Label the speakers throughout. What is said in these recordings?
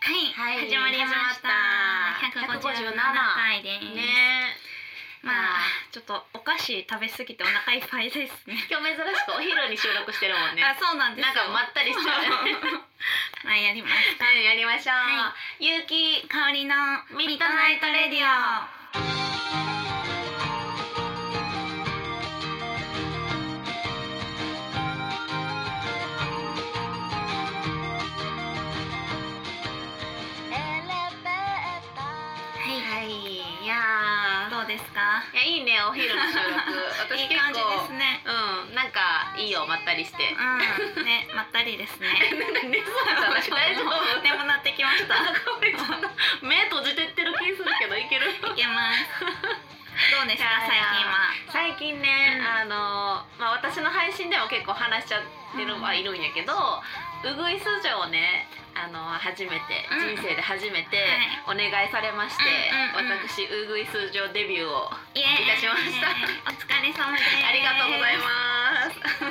Speaker 1: はい
Speaker 2: 始まりました
Speaker 1: 始まった
Speaker 2: 157回です、
Speaker 1: ね
Speaker 2: まあちょっとお菓子食べ過ぎてお腹いっぱいですね
Speaker 1: 今日珍しくお昼に収録してるもんね
Speaker 2: あそうなんです
Speaker 1: なんかまったりしちゃう
Speaker 2: まあやりました
Speaker 1: はいやりましょう、
Speaker 2: は
Speaker 1: ゆうき
Speaker 2: 香りのミッドナイトレディオは
Speaker 1: はいいや
Speaker 2: いどうですか
Speaker 1: ーいやいいねお昼の収録
Speaker 2: い
Speaker 1: 私
Speaker 2: い
Speaker 1: 結
Speaker 2: 感じで
Speaker 1: 構
Speaker 2: すね
Speaker 1: うんなんかいいよまったりして
Speaker 2: うんねまったりですね
Speaker 1: なんでそうなの私大丈 夫
Speaker 2: 眠くなってきま した
Speaker 1: なんかめっちゃ目閉じてってる気するけどいける
Speaker 2: いけますどうでした最近は
Speaker 1: 最近ね、
Speaker 2: うん
Speaker 1: あのまあ私の配信でも結構話しちゃってるのはいるんやけど、うぐいす嬢をねあの初めて、
Speaker 2: うん
Speaker 1: 人生で初めてお願いされまして、
Speaker 2: うんうんうん
Speaker 1: 私うぐいす嬢デビューを、
Speaker 2: イエーイ
Speaker 1: いたしました
Speaker 2: お疲れ様です
Speaker 1: ありがとうございます
Speaker 2: もう終わ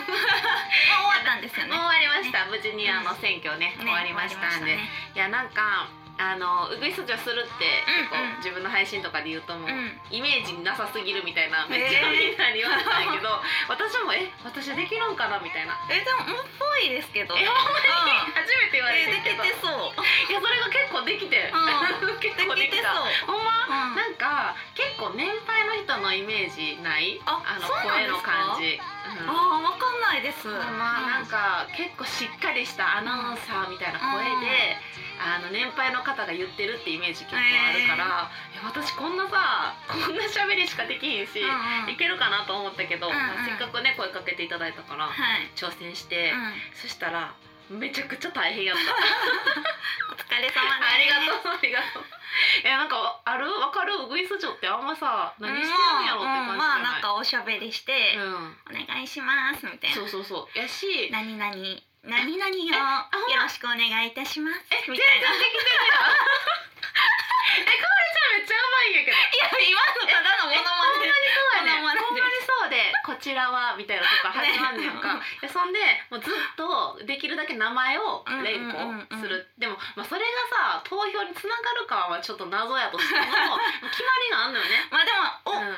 Speaker 2: ったんですよね
Speaker 1: もう終わりました、無事にあの
Speaker 2: うん
Speaker 1: 選挙ね
Speaker 2: ね
Speaker 1: 終わりましたんで、
Speaker 2: 終わりまし
Speaker 1: いやなんかあのうぐいす嬢するって結構、
Speaker 2: うんうん
Speaker 1: 自分の配信とかで言うともう、
Speaker 2: たね
Speaker 1: イメージなさすぎるみたいなめっちゃみんなに言われたんやけ ど、私もえ私できるんかなみたいな
Speaker 2: うんえでももうっぽいですけど
Speaker 1: えほん
Speaker 2: ま
Speaker 1: 初めて言われ
Speaker 2: え
Speaker 1: て
Speaker 2: で
Speaker 1: んけ
Speaker 2: き
Speaker 1: ど、
Speaker 2: てそう
Speaker 1: いやそれが結構できて、
Speaker 2: う
Speaker 1: 結
Speaker 2: で
Speaker 1: 構で
Speaker 2: きて
Speaker 1: き
Speaker 2: そ
Speaker 1: た
Speaker 2: う
Speaker 1: ほんま
Speaker 2: うん
Speaker 1: なんか結構年配の人のイメージない
Speaker 2: あ
Speaker 1: の
Speaker 2: そうなん
Speaker 1: 声
Speaker 2: です
Speaker 1: の
Speaker 2: か
Speaker 1: 感じ、うん
Speaker 2: あーわかんないです
Speaker 1: まあなんか結構しっかりしたアナウンサーみたいな声で、あの年配の方が言ってるってイメージ結構あるから、いや私こんなさこんな喋りしかできへんし、
Speaker 2: うんうん
Speaker 1: いけるかなと思ったけど、
Speaker 2: うんうん
Speaker 1: まあせっかくね声かけていただいたから
Speaker 2: はい
Speaker 1: 挑戦して、
Speaker 2: うん
Speaker 1: そしたらめちゃくちゃ大変やった
Speaker 2: お疲れ様です
Speaker 1: ありが とうありがとうえなんかあるわかるウグイス嬢ってあんまさ何してるんやろって
Speaker 2: うん
Speaker 1: 感じじ
Speaker 2: ま
Speaker 1: ゃ
Speaker 2: あなん
Speaker 1: ない、
Speaker 2: かおしゃべりして
Speaker 1: うん
Speaker 2: お願いしますみたいな
Speaker 1: そうそうそうやし
Speaker 2: 何々何々を
Speaker 1: えあほんま
Speaker 2: よろしくお願いいたします
Speaker 1: え
Speaker 2: み
Speaker 1: 全然できて
Speaker 2: た
Speaker 1: る
Speaker 2: いな
Speaker 1: やんえかおりちゃんめっちゃうまいんやけど
Speaker 2: いや今のただのモノマネ
Speaker 1: ほんまにそうやねんほんまにそうで「こちらは」みたいなとか始まんねん か、
Speaker 2: ね
Speaker 1: いやそんでもうずっとできるだけ名前を連呼
Speaker 2: うんうんうん
Speaker 1: す
Speaker 2: う
Speaker 1: る、でも、まあ、それがさ投票につながるかはちょっと謎や としても決まりがあんのよね。
Speaker 2: まあで
Speaker 1: う
Speaker 2: も
Speaker 1: ん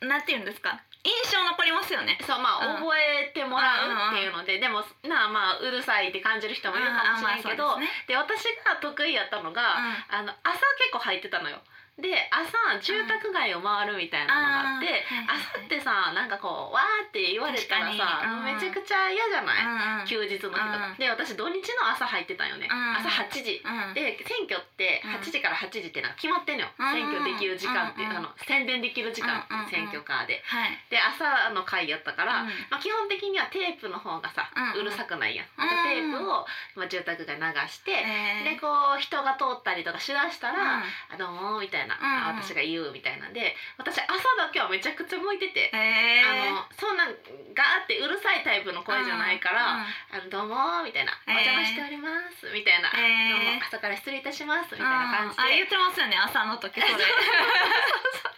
Speaker 2: おなんて言うんですか印象残りますよね
Speaker 1: そうまあ、
Speaker 2: うん
Speaker 1: 覚えてもらうっていうので、でもなあまあうるさいって感じる人もいるかもしれんけど、
Speaker 2: うんあまあそうですね
Speaker 1: で私が得意やったの
Speaker 2: う
Speaker 1: が、あの朝結構入ってたのよ。で朝住宅街を回るみたいなのがあって、
Speaker 2: うんあー
Speaker 1: 朝ってさなんかこうわーって言われたらさ、
Speaker 2: 確かにうん
Speaker 1: めちゃくちゃ嫌じゃない、
Speaker 2: んうん
Speaker 1: 休日の日とか、
Speaker 2: うん
Speaker 1: で私土日の朝入ってたんよね、
Speaker 2: うん
Speaker 1: 朝8時。
Speaker 2: うん
Speaker 1: で選挙って
Speaker 2: うん
Speaker 1: 8時から8時ってなんか決まってんのよ、
Speaker 2: うん
Speaker 1: 選挙できる時間って、
Speaker 2: うんうん
Speaker 1: あの宣伝できる時間っ
Speaker 2: う
Speaker 1: て、
Speaker 2: んうんうん
Speaker 1: 選挙カーで
Speaker 2: はい
Speaker 1: で朝の会やったから、
Speaker 2: うん
Speaker 1: まあ、基本的にはテープの方がさ、
Speaker 2: うん
Speaker 1: う
Speaker 2: うん
Speaker 1: るさくないやん、
Speaker 2: うん
Speaker 1: でテープを、まあ、住宅街流して、
Speaker 2: え
Speaker 1: でこう人が通ったりとかしだしたら「あどうも」みたいな、あ
Speaker 2: うんうん
Speaker 1: 私が言うみたいなんで私朝だけはめちゃくちゃ向いてて、
Speaker 2: うんえー
Speaker 1: あのそんなんガーってうるさいタイプの声じゃないから「
Speaker 2: うん
Speaker 1: あのどうも」みたいな「お
Speaker 2: えー
Speaker 1: 邪魔しております」みたいな「
Speaker 2: え
Speaker 1: どう
Speaker 2: ー
Speaker 1: も朝から失礼いたします」みたい
Speaker 2: うん
Speaker 1: な感じで
Speaker 2: あ言ってますよね朝の 時それ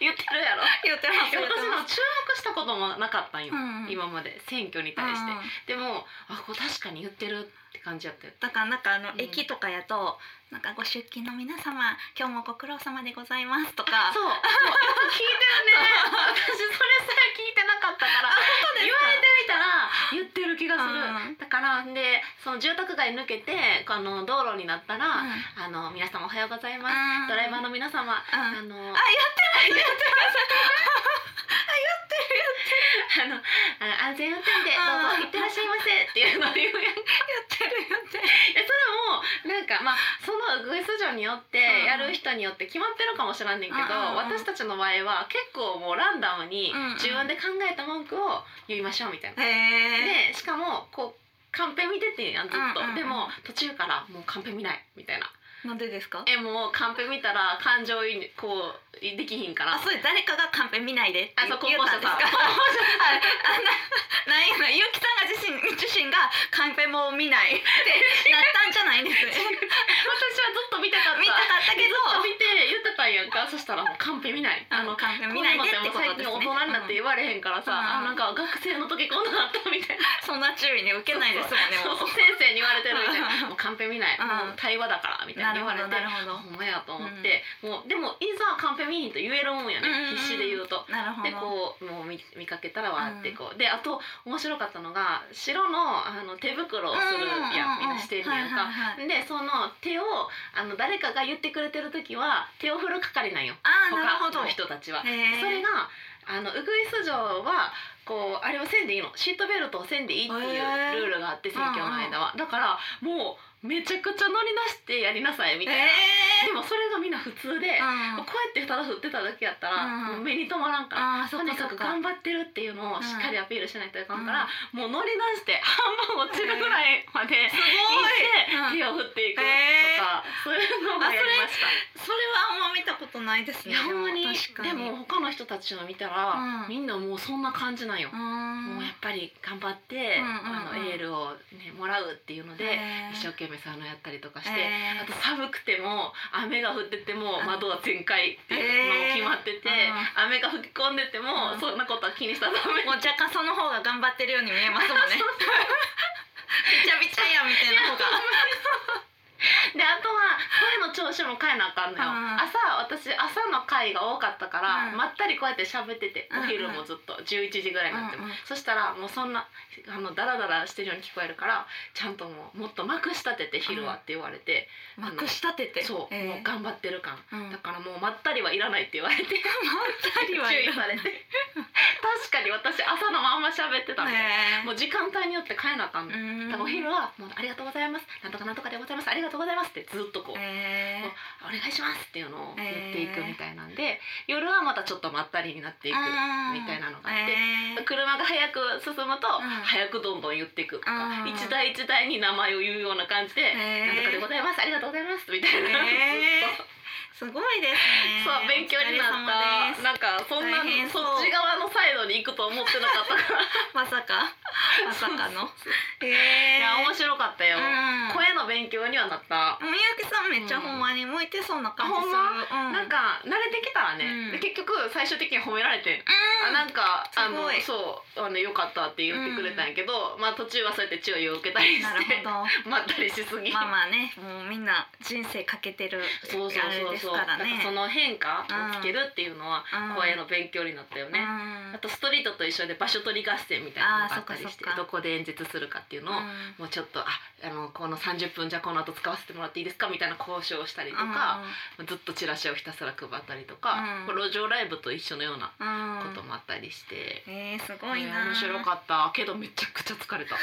Speaker 1: 言ってるや ろ。
Speaker 2: 言ってます
Speaker 1: いや
Speaker 2: 言っ
Speaker 1: 私
Speaker 2: て
Speaker 1: も
Speaker 2: ま
Speaker 1: 注目したこともなかったんよ、
Speaker 2: うんうん
Speaker 1: 今まで選挙に対
Speaker 2: す
Speaker 1: して、
Speaker 2: うん
Speaker 1: でもあこれ確かに言ってるって感じやったよ
Speaker 2: だからなんかあの
Speaker 1: うん
Speaker 2: 駅とかやとなんかご出勤の皆様今日もご苦労様でございますとか
Speaker 1: そうそう聞いてるね私それさえ聞いてなかったから
Speaker 2: そう
Speaker 1: 言われてみたら言ってる気がす
Speaker 2: う
Speaker 1: る、
Speaker 2: ん
Speaker 1: だからでその住宅街抜けてこの道路になった
Speaker 2: う
Speaker 1: ら、
Speaker 2: ん
Speaker 1: あの皆様おはようございます、
Speaker 2: あ
Speaker 1: ドライバ
Speaker 2: の
Speaker 1: ーの皆様、
Speaker 2: あ
Speaker 1: あの
Speaker 2: あやってますやって
Speaker 1: あのあ安全運転でどうぞ行ってらっしゃいませっていうのを言うやん
Speaker 2: やってるやってる
Speaker 1: えそれもなんかまあそのウグイス嬢によって
Speaker 2: うん
Speaker 1: やる人によって決まってるかもしれんねんけど、
Speaker 2: うんうんうん
Speaker 1: 私たちの場合は結構もうランダムに
Speaker 2: うんうん
Speaker 1: 自分で考えた文句を言いましょうみたいな。
Speaker 2: へえ
Speaker 1: でしかもこうカンペ見ててんやんずっと、
Speaker 2: うんうんうん
Speaker 1: でも途中からもうカンペ見ないみたいな
Speaker 2: なんでですか
Speaker 1: えもうカンペ見たら感情移入こうできひんから
Speaker 2: あそう誰かがカンペ見ないでって
Speaker 1: あ
Speaker 2: 言
Speaker 1: そう
Speaker 2: っ
Speaker 1: 候補
Speaker 2: た
Speaker 1: 者
Speaker 2: んですか
Speaker 1: さ
Speaker 2: ああ ななんやなゆうきさんが自身自身がカンペも見ないって なったんじゃないんですね
Speaker 1: 私はずっと見たかった
Speaker 2: 見たかったけど
Speaker 1: ずっと見て言ってたんんやんかそしたらもうカンペ見ない
Speaker 2: あ
Speaker 1: あ
Speaker 2: の
Speaker 1: の
Speaker 2: カンペ見ないでってこ
Speaker 1: こういう
Speaker 2: と
Speaker 1: のって
Speaker 2: で
Speaker 1: も
Speaker 2: す
Speaker 1: う
Speaker 2: ね。
Speaker 1: 最近大人になって
Speaker 2: うん
Speaker 1: 言われへんからさ、
Speaker 2: うん
Speaker 1: あなんか学生の時こんなのあったみたいな
Speaker 2: そんな注意ね受けないですもんね。
Speaker 1: そう
Speaker 2: もう
Speaker 1: そう先生に言われてるみたい
Speaker 2: うん
Speaker 1: なもうカンペ見ない、
Speaker 2: うん
Speaker 1: もう対話だからみたい
Speaker 2: な
Speaker 1: に
Speaker 2: る
Speaker 1: 言
Speaker 2: ほ
Speaker 1: われ
Speaker 2: ど
Speaker 1: て
Speaker 2: なるほど。
Speaker 1: ほんまやと思って、もうでもいざカンペ見にと言えるもんやね、
Speaker 2: うんうんうん
Speaker 1: 必死で言うと。
Speaker 2: なるほ
Speaker 1: で
Speaker 2: ど。
Speaker 1: こうもう見見かけたら笑ってこう、であと面白かったのが白のあの手袋をするやんみんなしてるやん
Speaker 2: はい
Speaker 1: か。
Speaker 2: はいはい
Speaker 1: でその手をあの誰かが言ってくれてる時は手を振る係なんよ
Speaker 2: ああなるほ
Speaker 1: 他
Speaker 2: ど。
Speaker 1: の人たちは。
Speaker 2: へー
Speaker 1: それがあのウグイス城はこうあれをせんでいいのシートベルトをせんでいいって
Speaker 2: へー
Speaker 1: いうルールがあって選挙の間は、だからもうめちゃくちゃ乗り出してやりなさいみたいな、
Speaker 2: え
Speaker 1: でもそれがみんな普通で、
Speaker 2: ーうん
Speaker 1: こうやってただ振ってただけやったら、
Speaker 2: うん
Speaker 1: もう目に留まらんから。
Speaker 2: ああそ
Speaker 1: と
Speaker 2: っ
Speaker 1: に
Speaker 2: かそ
Speaker 1: か
Speaker 2: っ
Speaker 1: く
Speaker 2: か
Speaker 1: 頑。張ってるっていうのをしっかりアピールしないといかんから、もう乗り出して半分落ちるぐらいまで行っ
Speaker 2: すごい。うん
Speaker 1: て手を振っていくと
Speaker 2: へ
Speaker 1: か、そういうのもやりました。
Speaker 2: それはあんま見たことないです
Speaker 1: い
Speaker 2: ね。
Speaker 1: やほんまに
Speaker 2: でも確か
Speaker 1: で
Speaker 2: に。
Speaker 1: も他の人たちの見た
Speaker 2: う
Speaker 1: ら、
Speaker 2: ん
Speaker 1: みんなもうそんな感じなんよ、
Speaker 2: も
Speaker 1: もうやっぱり頑張って、
Speaker 2: うんうん
Speaker 1: あ
Speaker 2: うん
Speaker 1: のエールを、ね、もらうっていうので、一生懸命そういうのやったりとかして、あと寒くても雨が降ってても
Speaker 2: うん
Speaker 1: 窓は全開っていうのも決まってて、
Speaker 2: えー
Speaker 1: 雨が吹き込んでても、
Speaker 2: うん
Speaker 1: そんなことは気にしたらダメ
Speaker 2: もう若干その方が頑張ってるように見えますもんね。びちゃびちゃやみたいな方が。
Speaker 1: であとは声の調子も変えなあかんの
Speaker 2: う
Speaker 1: よ、
Speaker 2: ん
Speaker 1: 朝私朝の回が多かったから、
Speaker 2: うん
Speaker 1: まったりこうやって喋ってて、
Speaker 2: うんうん
Speaker 1: お昼もずっと11時ぐらいになっても、
Speaker 2: うんうん
Speaker 1: そしたらもうそんなあのダラダラしてるように聞こえるからちゃんともうもっとまくし立てて昼はって言われて、
Speaker 2: まくし立てて。
Speaker 1: そう、
Speaker 2: えー
Speaker 1: もう頑張ってる感
Speaker 2: うん
Speaker 1: だからもうまったりはいらないって言われて注意されて確かに私朝のまんま喋ってたの、
Speaker 2: ねえ
Speaker 1: もう時間帯によって変えなあかんの、
Speaker 2: うん
Speaker 1: だからお昼はもうありがとうございますなんとかなんとかでございますありがとうございますってずっとこう、
Speaker 2: えー
Speaker 1: お願いしますっていうのを言っていくみたいなんで、夜はまたちょっとまったりになっていくみたいなのがあって、
Speaker 2: えー
Speaker 1: 車が早く進むと、
Speaker 2: うん
Speaker 1: 早くどんどん言っていくとか、
Speaker 2: うん
Speaker 1: 一台一台に名前を言うような感じで「
Speaker 2: えー
Speaker 1: なんとかでございますありがとうございます」みたいな、
Speaker 2: えー
Speaker 1: ずっ
Speaker 2: すごいですね。
Speaker 1: と そう勉強になっ
Speaker 2: お疲れ様で
Speaker 1: た
Speaker 2: す
Speaker 1: なんかそんな
Speaker 2: 大変そう
Speaker 1: そっち側のサイドに行くと思ってなかったから
Speaker 2: まさかまさかの。 え
Speaker 1: いや面
Speaker 2: 白
Speaker 1: 白かったよ、
Speaker 2: うん、
Speaker 1: 声の勉強にはなった。
Speaker 2: 三宅さんめっちゃほんまに向いてそうな感じする。う
Speaker 1: なんか慣れてきたらね、
Speaker 2: うん
Speaker 1: で結局最終的に褒められてん
Speaker 2: うん
Speaker 1: あなんかあ
Speaker 2: すご
Speaker 1: の
Speaker 2: い
Speaker 1: そうあの良かったって言ってくれたんやけど、まあ途中はそうやって注意を受けたりして
Speaker 2: なるほど。
Speaker 1: まったりしすぎ、
Speaker 2: まあまあね、もうみんな人生かけてる
Speaker 1: そうそう
Speaker 2: あれ
Speaker 1: そう
Speaker 2: です
Speaker 1: そう
Speaker 2: か
Speaker 1: だから
Speaker 2: ね
Speaker 1: ら。その変化をつけるっていうのは
Speaker 2: うん
Speaker 1: 声の勉強になったよね、
Speaker 2: うん
Speaker 1: あとストリートと一緒で場所取り合戦みたいなのがあったり
Speaker 2: あーそっか
Speaker 1: して
Speaker 2: そっか
Speaker 1: どこで演説するかっていうのを、
Speaker 2: うん
Speaker 1: もうちょっとああのこの30分じゃあこの後使わせてもらっていいですかみたいな交渉をしたりとか、ずっとチラシをひたすら配ったりとか、
Speaker 2: うん
Speaker 1: 路上ライブと一緒のような
Speaker 2: うん
Speaker 1: こともあったりして。
Speaker 2: えー、すごい
Speaker 1: い
Speaker 2: な
Speaker 1: や面白かったけどめちゃくちゃ疲れた
Speaker 2: い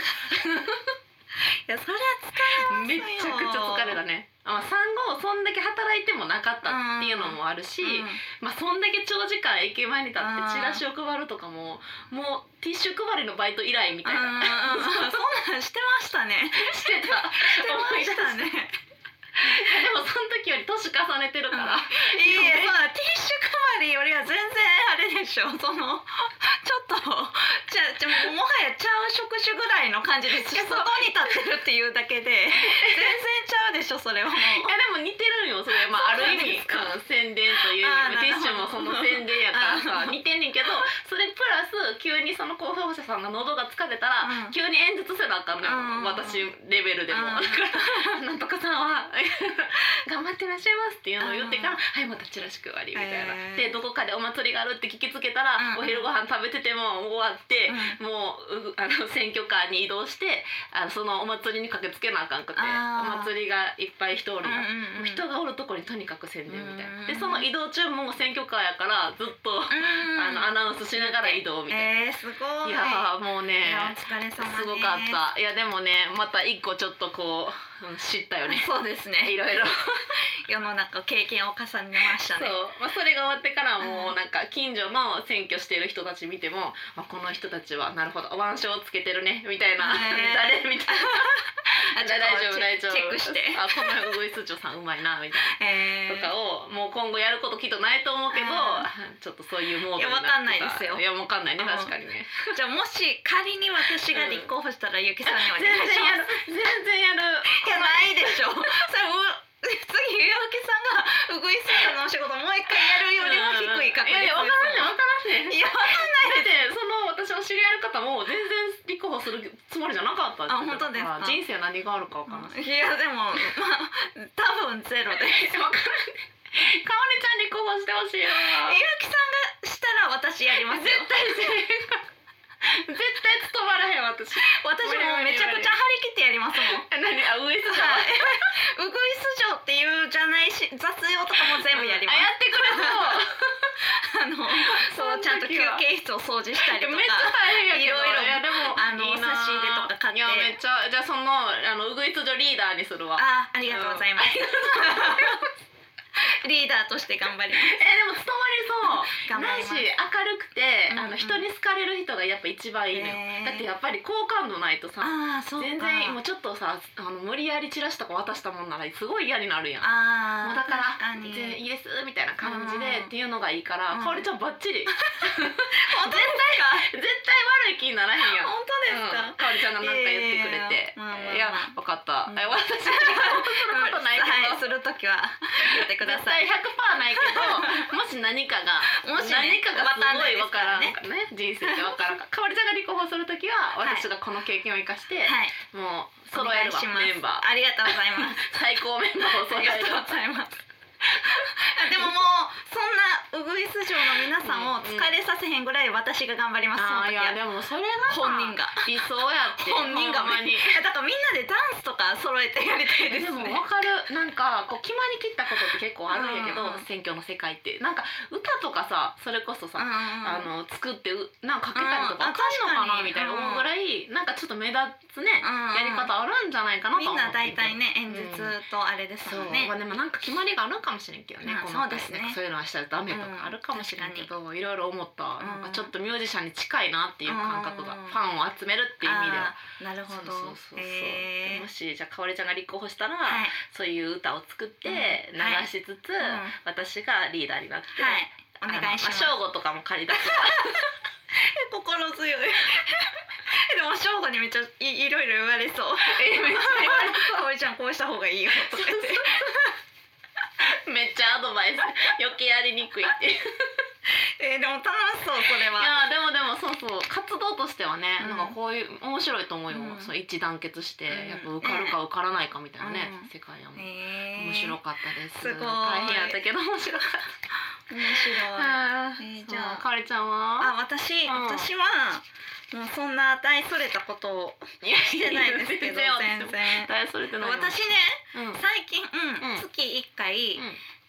Speaker 2: やそれは
Speaker 1: めちゃくちゃ疲れたねあまあ産後そんだけ働いてもなかったっていうのもあるし、
Speaker 2: うん
Speaker 1: まあ、そんだけ長時間駅前に立
Speaker 2: うん
Speaker 1: ってチラシを配るとかももうティッシュ配りのバイト以来みたいな
Speaker 2: うんうんうんそんなんしてましたね。
Speaker 1: してた
Speaker 2: してま
Speaker 1: 思い
Speaker 2: し
Speaker 1: 出した
Speaker 2: たね。
Speaker 1: でもその時より年重ねてるから、
Speaker 2: いいえ、まあティッシュ配りよりは全然あれでしょ。 そのちょっとじゃじゃもはやちゃう職種ぐらいの感じです。
Speaker 1: いや
Speaker 2: 外
Speaker 1: そう
Speaker 2: に立ってるっていうだけで全 然ちゃうでしょ。それはもう。
Speaker 1: いやでも似てるんよそれ、まあ、あ
Speaker 2: そう
Speaker 1: る
Speaker 2: なん
Speaker 1: 意味、
Speaker 2: ですか
Speaker 1: うん宣伝という
Speaker 2: あー
Speaker 1: 意味でティッシ
Speaker 2: な
Speaker 1: ュ
Speaker 2: る
Speaker 1: も
Speaker 2: ほ
Speaker 1: そ
Speaker 2: ど
Speaker 1: の宣伝やから
Speaker 2: あー
Speaker 1: さ似てんねんけどそれプラス急にその候補者さんが喉が疲れたら、
Speaker 2: うん
Speaker 1: 急に演説せなあかんの
Speaker 2: うん
Speaker 1: よ私レベルでも、
Speaker 2: うん
Speaker 1: だからなんとかさんは 頑張ってらっしゃいますっていうのを言ってから、
Speaker 2: うん
Speaker 1: はいまたチラシ配りみたいな、
Speaker 2: へー
Speaker 1: でどこかでお祭りがあるって聞きつけたら、
Speaker 2: うん
Speaker 1: お昼ご飯食べてても終わって、
Speaker 2: うん
Speaker 1: もううあの選挙カーに移動してあのそのお祭りに駆けつけなあかんくて
Speaker 2: あー
Speaker 1: お祭りがいっぱい人おるやん
Speaker 2: うんうんうん
Speaker 1: もう人がおるとこにとにかく宣伝みたい
Speaker 2: うん
Speaker 1: なでその移動中も選挙カーやからずっと、
Speaker 2: うん
Speaker 1: あのアナウンスしながら移動みたいな、
Speaker 2: えー、すごい。
Speaker 1: いやーもう
Speaker 2: いや
Speaker 1: ね
Speaker 2: お疲れ様です。
Speaker 1: すごかったいやでもねまた一個ちょっとこううん知ったよ ね
Speaker 2: そうですね。
Speaker 1: いろいろ
Speaker 2: 世の中経験を重ねました
Speaker 1: そう
Speaker 2: ね。、
Speaker 1: まあ、それが終わってから
Speaker 2: うん
Speaker 1: もうなんか近所の選挙してる人たち見ても、あ、この人たちはなるほど腕章をつけてるねみたいな、
Speaker 2: ね
Speaker 1: 誰みたい
Speaker 2: あ
Speaker 1: な大丈夫 大丈夫
Speaker 2: チェックして。
Speaker 1: あこのウグイス嬢さんうまいなみたい
Speaker 2: え
Speaker 1: なと
Speaker 2: ー
Speaker 1: かをもう今後やることきっとないと思うけど、
Speaker 2: う
Speaker 1: ちょっとそういうモードに
Speaker 2: いやわかんないですよ
Speaker 1: いやわかんないね
Speaker 2: うん
Speaker 1: 確かにね
Speaker 2: じゃあもし仮に私が立候補したらゆきさんにお
Speaker 1: 全
Speaker 2: 願いし
Speaker 1: 然や
Speaker 2: ます。
Speaker 1: る全然やる
Speaker 2: いやないでしょ。それう次ゆうきさんがうぐいすさんのお仕事もう一回やるよりは低い確率
Speaker 1: いやいやわからんねわからんね
Speaker 2: いや
Speaker 1: だってその私の知り合いの方も全然立候補するつもりじゃなかったって言ってた
Speaker 2: あ本当
Speaker 1: から
Speaker 2: ですか
Speaker 1: 人生何があるかわからない、
Speaker 2: いやでもまあ多分ゼロで
Speaker 1: えわからんねかおりちゃん立候補してほしいよ
Speaker 2: ゆうきさんがしたら私やります
Speaker 1: 絶対
Speaker 2: よ
Speaker 1: せえへん絶対務まらへん私
Speaker 2: 私もうめちゃくちゃ張り切ってやりますもん
Speaker 1: 何あウエスト
Speaker 2: はいう ぐいす嬢っていうじゃないし雑用とかも全部やりま
Speaker 1: あやってくれ
Speaker 2: すあのそうちゃんと休憩室を掃除したり
Speaker 1: そう
Speaker 2: と
Speaker 1: めっちゃ
Speaker 2: か
Speaker 1: 大変やけど
Speaker 2: いろいろ
Speaker 1: やでも
Speaker 2: あの
Speaker 1: いいな
Speaker 2: 差し入れとか買って
Speaker 1: いやめっちゃじゃあそのあのウグイス女リーダーにするわ
Speaker 2: あありがとうござい ます、リーダーとして頑張りま
Speaker 1: えでも務まりそう
Speaker 2: 頑張
Speaker 1: な
Speaker 2: り
Speaker 1: い
Speaker 2: ま
Speaker 1: し
Speaker 2: す
Speaker 1: 明るくて、
Speaker 2: うんうん
Speaker 1: あの人に好かれる人がやっぱ一番いいのよ、
Speaker 2: へー
Speaker 1: だってやっぱり好感度ないと
Speaker 2: す
Speaker 1: さ
Speaker 2: ああそうか
Speaker 1: 全然もうちょっとさあの無理やりチラシとか渡したもんならすごい嫌になるやん
Speaker 2: あ
Speaker 1: もう
Speaker 2: あ
Speaker 1: だから
Speaker 2: 確か
Speaker 1: 「
Speaker 2: に
Speaker 1: 全然いいです」みたいな感じ
Speaker 2: う
Speaker 1: で
Speaker 2: ん
Speaker 1: っていうのがいいから
Speaker 2: うん
Speaker 1: かおりちゃんバッチ リ
Speaker 2: 本当ですか
Speaker 1: 絶対悪い気にならへん やん
Speaker 2: 本当ですか、
Speaker 1: うんかおりちゃんがなんか言ってく
Speaker 2: いやい
Speaker 1: れ
Speaker 2: やいや
Speaker 1: て
Speaker 2: まあまあまあ
Speaker 1: いやわかった
Speaker 2: うん
Speaker 1: え私はそんなことないけ
Speaker 2: はい、
Speaker 1: ど
Speaker 2: するときは言ってくだ
Speaker 1: 絶
Speaker 2: さい。
Speaker 1: 対100%ないけ どもし何かが
Speaker 2: もしね
Speaker 1: 何かがすごいわから
Speaker 2: わ
Speaker 1: んね人生ってわからん からかおりちゃんが立候補する時は
Speaker 2: はい
Speaker 1: 私がこの経験を生かして
Speaker 2: はい、
Speaker 1: もう揃えるわ
Speaker 2: お願いします
Speaker 1: メンバー
Speaker 2: ありがとうございます。
Speaker 1: 最高メンバーを
Speaker 2: あ
Speaker 1: 揃
Speaker 2: りが
Speaker 1: える
Speaker 2: とうございます。あでももうそんなウグイス嬢の皆さんを疲れさせへんぐらい私が頑張ります。
Speaker 1: あー
Speaker 2: その
Speaker 1: い
Speaker 2: 時
Speaker 1: や
Speaker 2: は
Speaker 1: でもそれが
Speaker 2: 本人が
Speaker 1: 理想やって
Speaker 2: 本人が
Speaker 1: ほんま に
Speaker 2: えだからみんなでダンスとか揃えてやりたい
Speaker 1: え
Speaker 2: です
Speaker 1: でも
Speaker 2: ね。
Speaker 1: わかるなんかこう決まりきったことって結構あるんやけど、
Speaker 2: うんうん
Speaker 1: 選挙の世界ってなんか歌とかさそれこそさ、あ
Speaker 2: あ
Speaker 1: の作ってうなんかかけたりと
Speaker 2: うん
Speaker 1: か
Speaker 2: あ
Speaker 1: あかんのか
Speaker 2: 確か
Speaker 1: な
Speaker 2: に
Speaker 1: みたいな思うぐらい、なんかちょっと目立つね、
Speaker 2: うん
Speaker 1: やり方あるんじゃないかなと
Speaker 2: み
Speaker 1: は
Speaker 2: ん
Speaker 1: 思
Speaker 2: な
Speaker 1: って
Speaker 2: 大
Speaker 1: る
Speaker 2: 体ね演説とあれです
Speaker 1: そう、
Speaker 2: もんね。
Speaker 1: まあ、でもなんか決まりがあるんかもしれんけどね、
Speaker 2: うん
Speaker 1: 細かい
Speaker 2: そうですね
Speaker 1: なんかそういうのはしたらダメとかあるかもしれんけど、いろいろ思った、
Speaker 2: うん
Speaker 1: なんかちょっとミュージシャンに近いなっていう感覚が、
Speaker 2: うん
Speaker 1: ファンを集めるっていう意味では
Speaker 2: あーなるほど。
Speaker 1: そうそうそうそう、
Speaker 2: えー
Speaker 1: もしじゃあかおりちゃんが立候補したら、
Speaker 2: はい。
Speaker 1: そういう歌を作って
Speaker 2: うん
Speaker 1: 流
Speaker 2: はい
Speaker 1: しつつ、
Speaker 2: ん
Speaker 1: 私がリーダーになって、
Speaker 2: はい。お願いします。
Speaker 1: あのあ、正吾とかも借り 出す
Speaker 2: 心強いでも正吾にめっちゃいいろいろ言われそう「
Speaker 1: えめっちゃ言われ
Speaker 2: かお りちゃんこうした方がいいよ」とか言って
Speaker 1: めっちゃアドバイス余計やりにくいっていうい
Speaker 2: えーでも楽しそうそれは
Speaker 1: やでもでもそうそう活動としてはね、
Speaker 2: うん
Speaker 1: なんかこういう面白いと思うよ、
Speaker 2: うん
Speaker 1: そう一致団結して、
Speaker 2: うん
Speaker 1: やっぱ受かるか受からないかみたいなね、
Speaker 2: うん
Speaker 1: 世界はもう、
Speaker 2: えー
Speaker 1: 面白かったです
Speaker 2: すごい
Speaker 1: 大変やったけど面白かった
Speaker 2: 面白い
Speaker 1: あ
Speaker 2: え
Speaker 1: ー
Speaker 2: ーじゃあ
Speaker 1: そうかおりちゃんは
Speaker 2: あ私、
Speaker 1: うん
Speaker 2: 私はもうそんな大それたことを
Speaker 1: いや
Speaker 2: してないですけど全
Speaker 1: 全然
Speaker 2: 然
Speaker 1: 大それてないよ
Speaker 2: 私ね
Speaker 1: うんうん
Speaker 2: 最近、うん
Speaker 1: うん
Speaker 2: 月1回、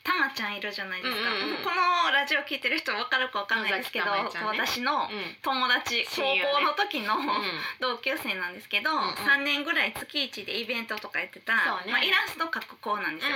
Speaker 2: たまちゃんいるじゃないですか、
Speaker 1: うんうんうん
Speaker 2: このラジオ聞いてる人分かるか分かんないですけど、
Speaker 1: 野崎たまえちゃんね
Speaker 2: 私の
Speaker 1: うん
Speaker 2: 友達高
Speaker 1: 親友ね
Speaker 2: 校の時の、
Speaker 1: うん
Speaker 2: 同級生なんですけど、
Speaker 1: んうん
Speaker 2: 3年ぐらい月1でイベントとかやってた、
Speaker 1: そうね
Speaker 2: まあ、イラスト描く子なんですよ、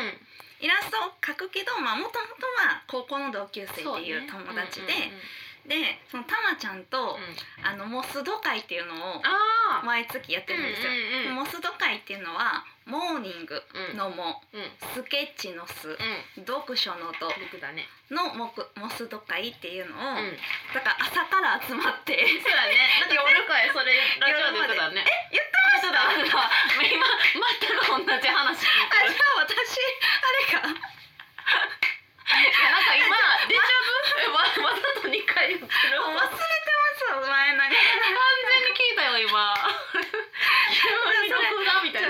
Speaker 2: イラストを描くけどまあもともとは高校の同級生って
Speaker 1: そうね
Speaker 2: いう友達で、
Speaker 1: うんうん
Speaker 2: でそのたまちゃんと、
Speaker 1: うんうん
Speaker 2: あのモスド会っていうのを
Speaker 1: ああ
Speaker 2: 毎月やってるんですよ、
Speaker 1: うんうんうん
Speaker 2: モスド会っていうのはモーニングのも、
Speaker 1: うんうん
Speaker 2: スケッチのす、読書のど
Speaker 1: 僕だね
Speaker 2: のモクモスド会っていうのを、
Speaker 1: うん
Speaker 2: だから朝から集ま って
Speaker 1: そうだね。なんか夜かいそれラジオで言ってたね。え、
Speaker 2: 言って
Speaker 1: ました。今全く同
Speaker 2: あじ
Speaker 1: じ話聞いてる。
Speaker 2: ゃあ私あれか
Speaker 1: いやなんか今デジャブえわわざと二回言ってる。
Speaker 2: 忘れてま
Speaker 1: 完全
Speaker 2: すお前何
Speaker 1: に聞いたよ今。急に録画みたいな。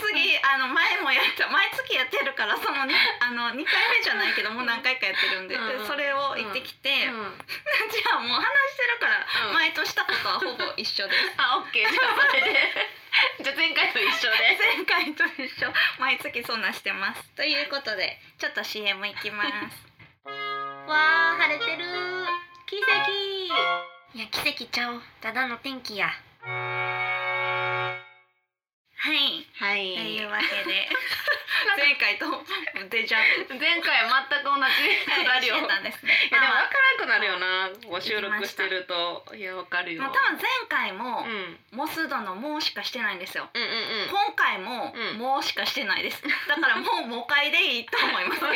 Speaker 2: 次あの前もやった毎月やってるからそのねあの2回目じゃないけどもう何回かやってるんで
Speaker 1: うん
Speaker 2: でそれを行ってきて、
Speaker 1: うん
Speaker 2: じゃあもう話してるから、
Speaker 1: うん
Speaker 2: 前としたことはほぼ一緒です
Speaker 1: あ、オッケー。じゃあそれで。じゃあ前回と一緒で。
Speaker 2: 前回と一緒毎月そんなんしてますということでちょっと CM いきます
Speaker 3: わー晴れてる奇跡いや奇跡ちゃうただの天気や
Speaker 2: はい
Speaker 1: は
Speaker 2: とい
Speaker 1: い。
Speaker 2: うわけ で前回とデジャブ
Speaker 1: 前回は全く同じくだりを。
Speaker 2: してたんですね
Speaker 1: いやでも分からなくなるよな。こう収録してるといや分かるよ。
Speaker 2: まあ多分前回も、
Speaker 1: うん
Speaker 2: モスドの「もう」しかしてないんですよ
Speaker 1: うんうんうん。
Speaker 2: 今回も
Speaker 1: うん
Speaker 2: もうしか してないです。だからもうもう一回でいいと思いますけど。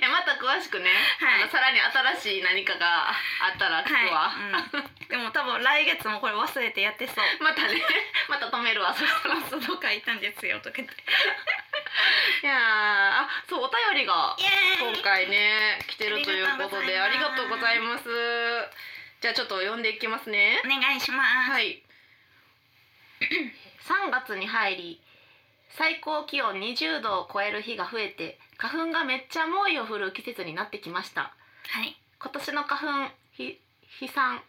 Speaker 1: え また詳しくね、
Speaker 2: はい
Speaker 1: あのさらに新しい何かがあったら聞くわ、
Speaker 2: うん、でも多分来月もこれ忘れてやってそう
Speaker 1: またね また止めるわそしたらい
Speaker 2: 「どっか行ったんですよ」とか言って
Speaker 1: やーあそうお便りが
Speaker 2: イエ
Speaker 1: 今
Speaker 2: ーイ
Speaker 1: 回ね来てるということであ
Speaker 2: あ
Speaker 1: り
Speaker 2: り
Speaker 1: が
Speaker 2: がと
Speaker 1: とう
Speaker 2: う
Speaker 1: ご
Speaker 2: ご
Speaker 1: ざ
Speaker 2: ざ
Speaker 1: い
Speaker 2: い
Speaker 1: ますじゃあちょっと読んでいきますね
Speaker 2: お願いします、
Speaker 1: はい3月に入り最高気温20度を超える日が増えて花粉がめっちゃ猛威を振るう季節になってきました
Speaker 2: はい
Speaker 1: 今年の花粉ひ飛散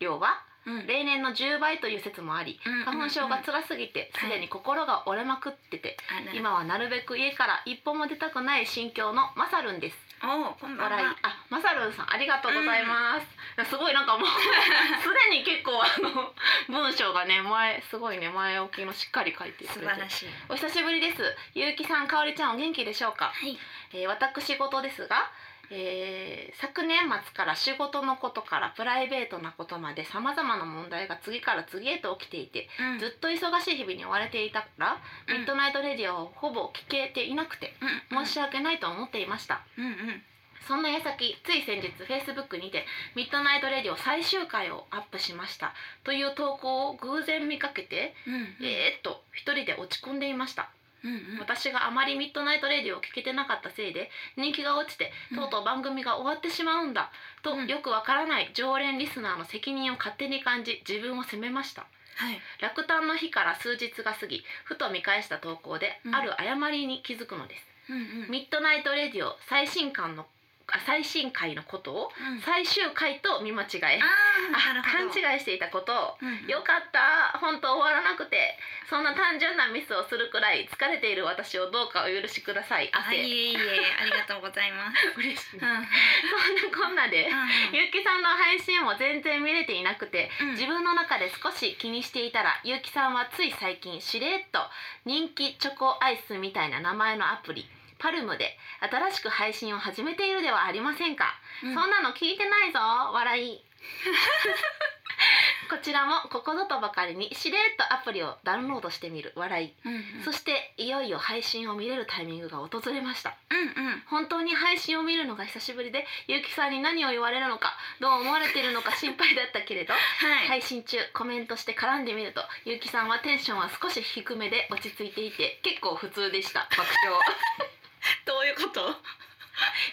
Speaker 1: 量は
Speaker 2: うん
Speaker 1: 例年の10倍という説もあり
Speaker 2: うんうんうん
Speaker 1: 花粉症が辛すぎてすでに心が折れまくってて
Speaker 2: あら
Speaker 1: 今はなるべく家から一歩も出たくない心境のマサルンです
Speaker 2: おうこんばん
Speaker 1: 笑い
Speaker 2: は
Speaker 1: あマサルンさんありがとうございます、すごいなん かもうすでに結構あの文章がね前すごいね前置きのしっかり書いてくれ
Speaker 2: 素
Speaker 1: て
Speaker 2: 晴らしい
Speaker 1: お久しぶりですゆうきさんかおりちゃんお元気でしょうか、
Speaker 2: はい
Speaker 1: えー私事ですがえー昨年末から仕事のことからプライベートなことまで様々な問題が次から次へと起きていて
Speaker 2: うん
Speaker 1: ずっと忙しい日々に追われていたから、
Speaker 2: うん
Speaker 1: ミッドナイトレディオをほぼ聞けていなくて
Speaker 2: うん
Speaker 1: 申し訳ないと思っていました、
Speaker 2: うんうん
Speaker 1: そんな矢先つい先日 Facebook にて「ミッドナイト・レディオ最終回をアップしました」という投稿を偶然見かけて、
Speaker 2: うん
Speaker 1: えーっと一人で落ち込んでいました
Speaker 2: うんうん
Speaker 1: 私があまりミッドナイト・レディオを聞けてなかったせいで人気が落ちて
Speaker 2: うん
Speaker 1: とうとう番組が終わってしまうんだ、と
Speaker 2: うん
Speaker 1: よくわからない常連リスナーの責任を勝手に感じ自分を責めました
Speaker 2: はい
Speaker 1: 落胆の日から数日が過ぎふと見返した投稿で、
Speaker 2: うん
Speaker 1: ある誤りに気づくのです
Speaker 2: うんうん
Speaker 1: ミッドナイトレディオ最新刊のあ最新回のことを
Speaker 2: うん
Speaker 1: 最終回と見間違え
Speaker 2: あ
Speaker 1: あ
Speaker 2: あなるほ
Speaker 1: 勘
Speaker 2: ど
Speaker 1: 違いしていたことを
Speaker 2: うんうん
Speaker 1: よかった本当終わらなくてそんな単純なミスをするくらい疲れている私をどうかお許しください
Speaker 2: あ
Speaker 1: 汗、
Speaker 2: いえいえありがとうござい ます
Speaker 1: 嬉しい
Speaker 2: うんうん
Speaker 1: そんなこんなで、ゆうきさんの配信も全然見れていなくて
Speaker 2: うん
Speaker 1: 自分の中で少し気にしていたらゆうきさんはつい最近しれっと人気チョコアイスみたいな名前のアプリパルムで新しく配信を始めているではありませんか、
Speaker 2: うん
Speaker 1: そんなの聞いてないぞ笑 いこちらもここぞとばかりにしれっとアプリをダウンロードしてみる笑い、
Speaker 2: うんうん
Speaker 1: そしていよいよ配信を見れるタイミングが訪れました
Speaker 2: うんうん
Speaker 1: 本当に配信を見るのが久しぶりでゆうきさんに何を言われるのかどう思われているのか心配だったけれど
Speaker 2: はい
Speaker 1: 配信中コメントして絡んでみるとゆうきさんはテンションは少し低めで落ち着いていて結構普通でした爆笑
Speaker 2: どういうこと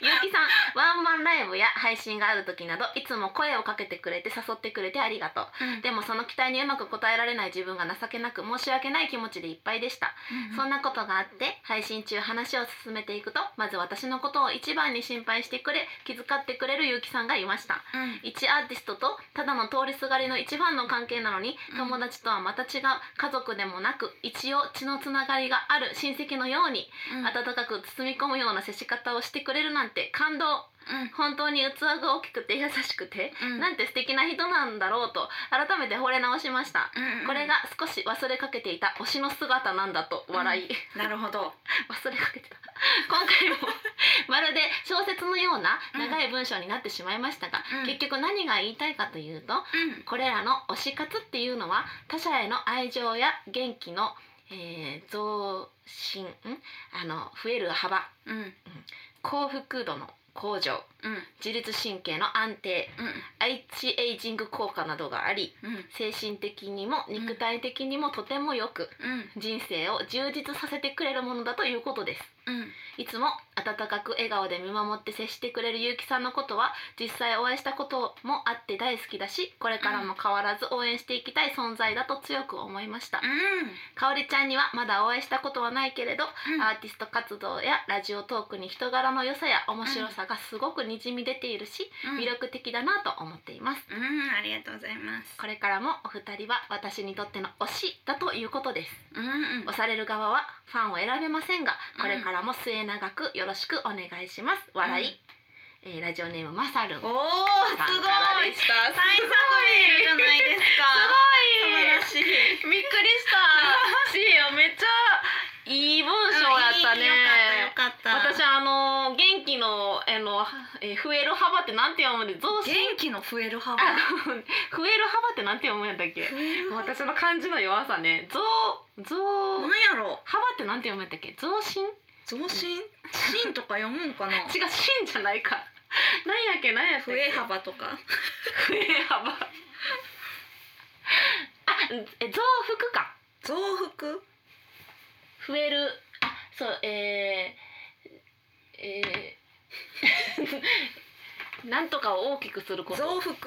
Speaker 1: ゆうきさんワンマンライブや配信がある時などいつも声をかけてくれて誘ってくれてありがとうでもその期待にうまく応えられない自分が情けなく申し訳ない気持ちでいっぱいでしたそんなことがあって配信中話を進めていくとまず私のことを一番に心配してくれ気遣ってくれる結城さんがいました
Speaker 2: うん
Speaker 1: 一アーティストとただの通りすがりの一ファンの関係なのに
Speaker 2: うん
Speaker 1: 友達とはまた違う家族でもなく一応血のつながりがある親戚のように
Speaker 2: うん
Speaker 1: 温かく包み込むような接し方をしてくれるなんて感動
Speaker 2: うん
Speaker 1: 本当に器が大きくて優しくて
Speaker 2: うん
Speaker 1: なんて素敵な人なんだろうと改めて惚れ直しました
Speaker 2: うんうん
Speaker 1: これが少し忘れかけていた推しの姿なんだと笑い、
Speaker 2: なるほど
Speaker 1: 忘れかけてた今回もまるで小説のような長い文章になってしまいましたが、
Speaker 2: うん
Speaker 1: 結局何が言いたいかというと
Speaker 2: うん
Speaker 1: これらの推し活っていうのは他者への愛情や元気の、えー増進んあの増える幅
Speaker 2: うん
Speaker 1: 幸福度の向上
Speaker 2: うん
Speaker 1: 自律神経の安定アイチエイジング効果などがあり
Speaker 2: うんうん
Speaker 1: 精神的にも肉体的にもとてもよく
Speaker 2: うん
Speaker 1: 人生を充実させてくれるものだということです
Speaker 2: うん
Speaker 1: いつも温かく笑顔で見守って接してくれる結城さんのことは実際お会いしたこともあって大好きだしこれからも変わらず応援していきたい存在だと強く思いました、かおりちゃんにはまだお会いしたことはないけれど、
Speaker 2: うん
Speaker 1: アーティスト活動やラジオトークに人柄の良さや面白さがすごくにじみ出ているし、
Speaker 2: うん
Speaker 1: 魅力的だなと思っています
Speaker 2: うんありがとうございます
Speaker 1: これからもお二人は私にとっての推しだということです
Speaker 2: うんうん
Speaker 1: 押される側はファンを選べませんがこれからも末永くよろしくお願いします笑い、えーラジオネームまさるん
Speaker 2: お
Speaker 1: さんか
Speaker 2: おすご
Speaker 1: らで
Speaker 2: い
Speaker 1: した
Speaker 2: 最サイじゃないですか
Speaker 1: す
Speaker 2: 素晴らしい
Speaker 1: ごいびっくり したしよめっちゃいい文章やったね
Speaker 2: よかったよかった
Speaker 1: 私あの元気のあの、えー増える幅ってなんて読むんで増進
Speaker 2: 元気の増える幅
Speaker 1: あごめん増える幅ってなんて読むんやったっけ
Speaker 2: 増える
Speaker 1: もう
Speaker 2: 幅
Speaker 1: 私の漢字の弱さね増増
Speaker 2: なんやろ
Speaker 1: 幅ってなんて読むんやったっけ増進
Speaker 2: 増進進とか読むん かな
Speaker 1: 違う芯じゃないか なんやっけなんやったっ
Speaker 2: 笛
Speaker 1: け
Speaker 2: 幅とか
Speaker 1: 笛幅あえ増幅か
Speaker 2: 増幅
Speaker 1: 増えるあそうえー、えー、 なんとかを大きくするこ
Speaker 2: 増
Speaker 1: と
Speaker 2: 幅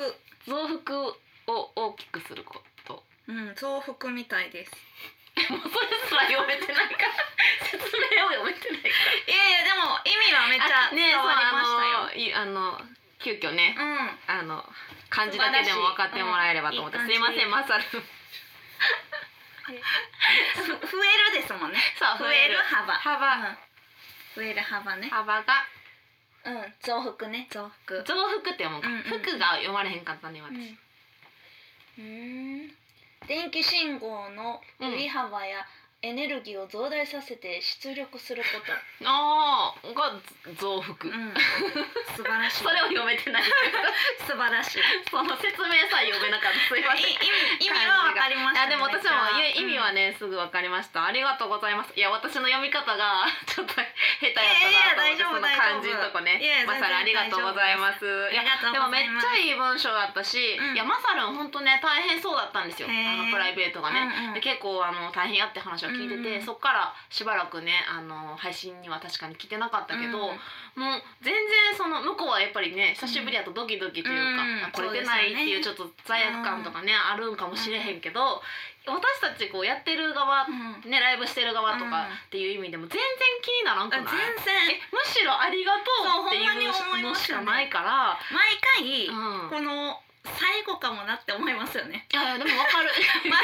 Speaker 1: 増幅を大きくすること も
Speaker 2: うん増幅みたいです
Speaker 1: うそれすら読めてないから説明を読めてないから
Speaker 2: いやいやでも意味はめっちゃ
Speaker 1: あね
Speaker 2: 伝わりましたよ、
Speaker 1: そうあのいあの急遽ね
Speaker 2: うん
Speaker 1: あの漢字だけでも分かってもらえればと思って、
Speaker 2: 素
Speaker 1: すい
Speaker 2: 晴
Speaker 1: ま
Speaker 2: らしい
Speaker 1: せんマサル
Speaker 2: ふ増えるですもんね
Speaker 1: そう
Speaker 2: 増える幅
Speaker 1: 幅、
Speaker 2: うん増える幅ね
Speaker 1: 幅が
Speaker 2: うん増幅ね増幅
Speaker 1: 増幅って読むんか、
Speaker 2: うんうん
Speaker 1: 服が読まれへんかったね私、
Speaker 3: うんうーん電気信号の
Speaker 1: うん
Speaker 3: 振り幅やエネルギーを増大させて出力すること、
Speaker 1: ああが増幅、
Speaker 2: うん素晴らしい
Speaker 1: それを読めてない
Speaker 2: 素晴らしい
Speaker 1: その説明さえ読めなかったすいません
Speaker 2: い意味意味はわかりまし
Speaker 1: いや
Speaker 2: た
Speaker 1: でも私もいや意味は
Speaker 2: ね
Speaker 1: ね、すぐ分かりましたありがとうございますいや私の読み方が ちょっと下手やったなと思って
Speaker 2: いやいや大丈夫
Speaker 1: その漢字のとこね
Speaker 2: 大丈夫
Speaker 1: マサルありがとうございますい
Speaker 2: いや
Speaker 1: や
Speaker 2: ありがとう
Speaker 1: でも
Speaker 2: ござ
Speaker 1: めっ
Speaker 2: います
Speaker 1: ちゃいい文章だったし、
Speaker 2: うん
Speaker 1: いやマサルン本当ね大変そうだったんですよ
Speaker 2: へー
Speaker 1: あのプライベートがね、
Speaker 2: うんうん
Speaker 1: で結構あの大変やって話を聞いてて、
Speaker 2: うんうん
Speaker 1: そっからしばらくねあの配信には確かに来てなかったけど、
Speaker 2: うん
Speaker 1: もう全然その向こうはやっぱりね久しぶりやとドキドキというか、
Speaker 2: うん
Speaker 1: あこれ出ないっ
Speaker 2: そうで
Speaker 1: てい
Speaker 2: すよ
Speaker 1: う
Speaker 2: ね
Speaker 1: ちょっと罪悪感とかね、あるんかもしれへんけど、私たちこうやってる側、
Speaker 2: うん
Speaker 1: ねライブしてる側とか
Speaker 2: うん
Speaker 1: っていう意味でも全然気にならんくな
Speaker 2: あ
Speaker 1: い、
Speaker 2: 全
Speaker 1: え
Speaker 2: 然
Speaker 1: むしろありがとうっていう
Speaker 2: そうほんまに思い
Speaker 1: の
Speaker 2: まし
Speaker 1: したか
Speaker 2: ね
Speaker 1: ないから、
Speaker 2: 毎
Speaker 1: う
Speaker 2: 回こ
Speaker 1: ん、
Speaker 2: の最後かもなって思いますよね
Speaker 1: いやいやでも わかる
Speaker 2: 前 その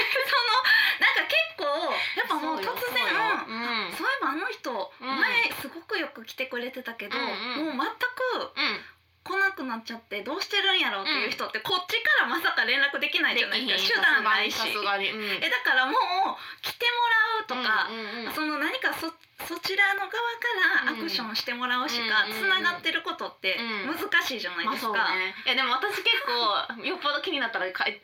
Speaker 2: なんか結構やっぱもう突然
Speaker 1: そうよそうようん
Speaker 2: そういえばあの人、
Speaker 1: うん
Speaker 2: 前すごくよく来てくれてたけど、
Speaker 1: うんうん
Speaker 2: もう全く来なくなっちゃってどうしてるんやろうっていう人って、こっちからまさか連絡できないじゃないですか手段ないし
Speaker 1: さすがに、うん、
Speaker 2: えだからもう来てもらうとか、
Speaker 1: うんうんうん
Speaker 2: その何かそそちらの側からアクションしてもらうしか
Speaker 1: うん
Speaker 2: つながってることって
Speaker 1: うん
Speaker 2: 難しいじゃない
Speaker 1: まあ
Speaker 2: です
Speaker 1: そう
Speaker 2: か。
Speaker 1: ね。いやでも私結構よっぽど気になったら帰って。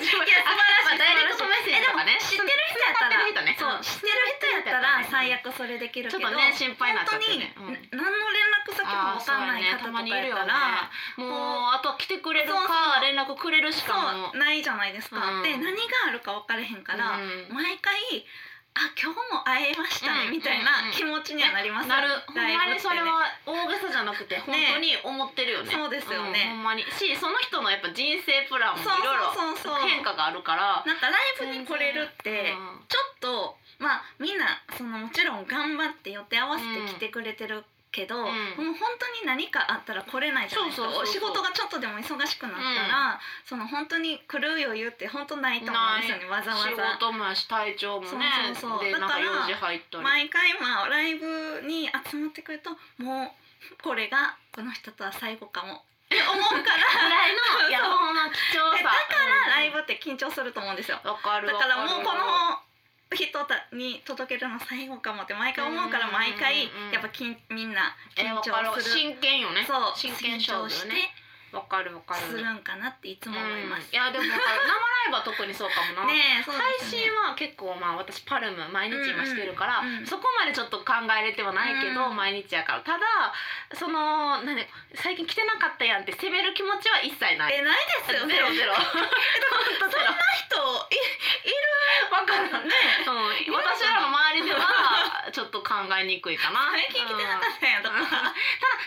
Speaker 1: 自分
Speaker 2: いや素
Speaker 1: ま
Speaker 2: 晴らしい
Speaker 1: あダイレクト
Speaker 2: 素晴
Speaker 1: メッセージとからね。
Speaker 2: しいえでも知ってる人やったら
Speaker 1: 知ってる人ね
Speaker 2: そう知ってる人やったら最悪それできる
Speaker 1: ち
Speaker 2: け
Speaker 1: ょっ
Speaker 2: ど
Speaker 1: とね心配になっちゃってね。
Speaker 2: 本当に、
Speaker 1: うん
Speaker 2: 何の連絡先もわかんない方とかやったら、
Speaker 1: もうあとは来てくれる
Speaker 2: そうそ
Speaker 1: か
Speaker 2: う
Speaker 1: 連絡くれるしか
Speaker 2: そ
Speaker 1: も
Speaker 2: うないじゃないですか、
Speaker 1: うん
Speaker 2: で何があるか分かれへんから、
Speaker 1: うん
Speaker 2: 毎回あ今日も会えましたね、
Speaker 1: うん
Speaker 2: みたいな気持ちにはなりますよ
Speaker 1: なるほん
Speaker 2: ライ
Speaker 1: ま
Speaker 2: ブっ
Speaker 1: に
Speaker 2: て
Speaker 1: それは大げさじゃなくて本当に思ってるよね
Speaker 2: そうですよね
Speaker 1: うんほんまにしその人のやっぱ人生プランもいろ
Speaker 2: そう
Speaker 1: い
Speaker 2: そうそう
Speaker 1: ろ
Speaker 2: そう
Speaker 1: 変化があるから
Speaker 2: なんかライブに来れるって
Speaker 1: うん
Speaker 2: ちょっとまあみんなそのもちろん頑張って予定合わせて来てくれてるけど、
Speaker 1: ん
Speaker 2: もう本当に何かあったら来れないじゃないですか
Speaker 1: そうそうそうそう
Speaker 2: お仕事がちょっとでも忙しくなったら、その本当に来る余裕って本当ないと思うんですよねわざわ
Speaker 1: 仕
Speaker 2: ざ。
Speaker 1: 事もやし体調もね
Speaker 2: そうそうそう
Speaker 1: でなん
Speaker 2: だか
Speaker 1: から用事入ったり
Speaker 2: 毎回まあライブに集まってくるともうこれがこの人とは最後かもって思うか
Speaker 1: ぐ
Speaker 2: ら
Speaker 1: らいのいや
Speaker 2: そう
Speaker 1: ほんま貴重
Speaker 2: えだ
Speaker 1: さ
Speaker 2: からライブって緊張すると思うんですよ
Speaker 1: わかる
Speaker 2: だからもうこ
Speaker 1: わか
Speaker 2: の人たに届けるの最後かもって毎回思うから
Speaker 1: うん
Speaker 2: 毎回
Speaker 1: うんうん
Speaker 2: やっぱきんみんな
Speaker 1: るえ
Speaker 2: 緊
Speaker 1: わか
Speaker 2: 張
Speaker 1: る
Speaker 2: する
Speaker 1: 真剣よね
Speaker 2: そう
Speaker 1: 真剣勝負
Speaker 2: 緊張し
Speaker 1: よ
Speaker 2: て
Speaker 1: ねわかるわかる
Speaker 2: するんかなっていつも思います
Speaker 1: うんいやでもわかる生ライブは特にそうかもな
Speaker 2: ねえそう
Speaker 1: 配
Speaker 2: です
Speaker 1: 信
Speaker 2: よね
Speaker 1: は結構まあ私パルム毎日今してるから、
Speaker 2: うんうんうん
Speaker 1: そこまでちょっと考えれてはないけど、
Speaker 2: うん
Speaker 1: 毎日やからただその何最近来てなかったやんって責める気持ちは一切ない。
Speaker 2: えないです
Speaker 1: ゼ
Speaker 2: よ
Speaker 1: ロ
Speaker 2: ね
Speaker 1: ゼロ。本当ゼロ。
Speaker 2: 人
Speaker 1: わか
Speaker 2: い
Speaker 1: る
Speaker 2: ね
Speaker 1: うん、私らの周りではちょっと考えにくいかな
Speaker 2: 最近来てなか
Speaker 1: うん
Speaker 2: ったんやと
Speaker 1: うん
Speaker 2: か。
Speaker 1: ただ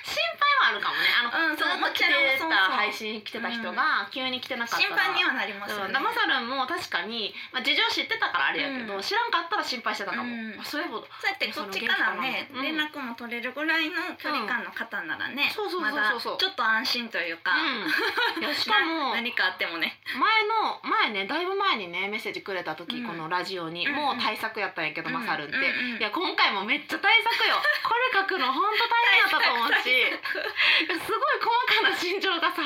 Speaker 1: 心配はあるかもねあ
Speaker 2: うん
Speaker 1: の、ずっ
Speaker 2: そう
Speaker 1: と来て
Speaker 2: そうそう
Speaker 1: た配信来てた人が急に来てなかった
Speaker 2: 心
Speaker 1: ら
Speaker 2: 配にはなりますよ
Speaker 1: う
Speaker 2: ね。
Speaker 1: ん、マサルンも確かに、まあ、事情知ってたからあれやけ
Speaker 2: う
Speaker 1: ど、
Speaker 2: ん
Speaker 1: 知らんかったら心配してたかも、
Speaker 2: うん
Speaker 1: あそういうこと
Speaker 2: そうやってこっちからね
Speaker 1: うん
Speaker 2: 連絡も取れるぐらいの距離感の方ならね
Speaker 1: そうそうそう
Speaker 2: ま
Speaker 1: そ
Speaker 2: だ
Speaker 1: う
Speaker 2: ち
Speaker 1: そ
Speaker 2: ょ
Speaker 1: う
Speaker 2: っと安心というか
Speaker 1: うん、いやしかも
Speaker 2: な
Speaker 1: 前の
Speaker 2: 何かあってもね
Speaker 1: 前ねだいぶ前にねメッセージくれた時、
Speaker 2: うん
Speaker 1: このラジオに、
Speaker 2: うんうん
Speaker 1: もう対策やったんやけど、マサルンって、
Speaker 2: うんうんうん
Speaker 1: いや今回もめっちゃ対策 よこれ書くのほんと大変やったと思うしいやすごい細かな心情がさ
Speaker 2: 確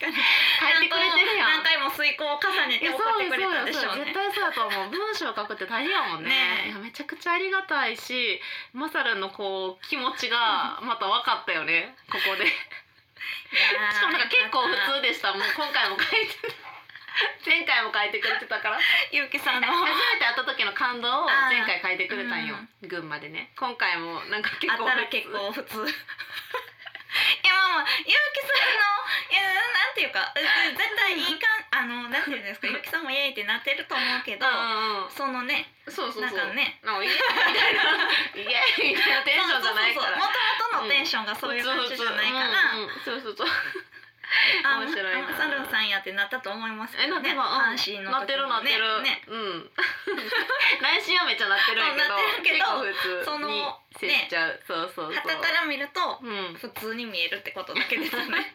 Speaker 2: かに
Speaker 1: 書いてくれてるやん
Speaker 2: 何回も遂行を重ね
Speaker 1: い
Speaker 2: て
Speaker 1: や
Speaker 2: 送
Speaker 1: そう
Speaker 2: って
Speaker 1: よ
Speaker 2: くれたん
Speaker 1: そうよ
Speaker 2: でし
Speaker 1: そう
Speaker 2: ょう
Speaker 1: よ絶
Speaker 2: ね
Speaker 1: 対そうやと思う文章書くって大変やもんね
Speaker 2: ねえ
Speaker 1: いやめちゃくちゃありがたいしマサルのこう気持ち がまた分かったよねここでし
Speaker 2: し
Speaker 1: かもなんか結構普通でしたもう今回も書いてない前回も書書いてくれてたから
Speaker 2: ゆうきさんの
Speaker 1: 初めて会った時の感動を
Speaker 2: あー
Speaker 1: 前回書いてくれたんよ、群馬でね今回もなんか 結
Speaker 2: あっ
Speaker 1: 構
Speaker 2: たら結構普通 いやまあまあゆうきさんのいやなんていうかうう絶対いい かんあのなんていうんですかゆうきさんもイエイってなってると思うけど
Speaker 1: うんうん
Speaker 2: そのね
Speaker 1: そうそうそう
Speaker 2: なんかね
Speaker 1: なんかイエーイみ たいなイエーイみたいなテンションじゃないから
Speaker 2: もともとのテンションがそういう感じじゃないから、
Speaker 1: そうそうそう
Speaker 2: あ
Speaker 1: 面白いな
Speaker 2: あサルンさんやってなったと思いますけ
Speaker 1: えな
Speaker 2: ど
Speaker 1: って
Speaker 2: ね
Speaker 1: るわうん
Speaker 2: 阪神の
Speaker 1: なってるなってる、
Speaker 2: ねね
Speaker 1: うん 内心はめっちゃなってるんやけど
Speaker 2: そうな
Speaker 1: 結構
Speaker 2: そ
Speaker 1: 普通
Speaker 2: の
Speaker 1: に接しちゃう、そうそうそう
Speaker 2: 旗から見ると
Speaker 1: うん、
Speaker 2: 普通に見えるってことだけですね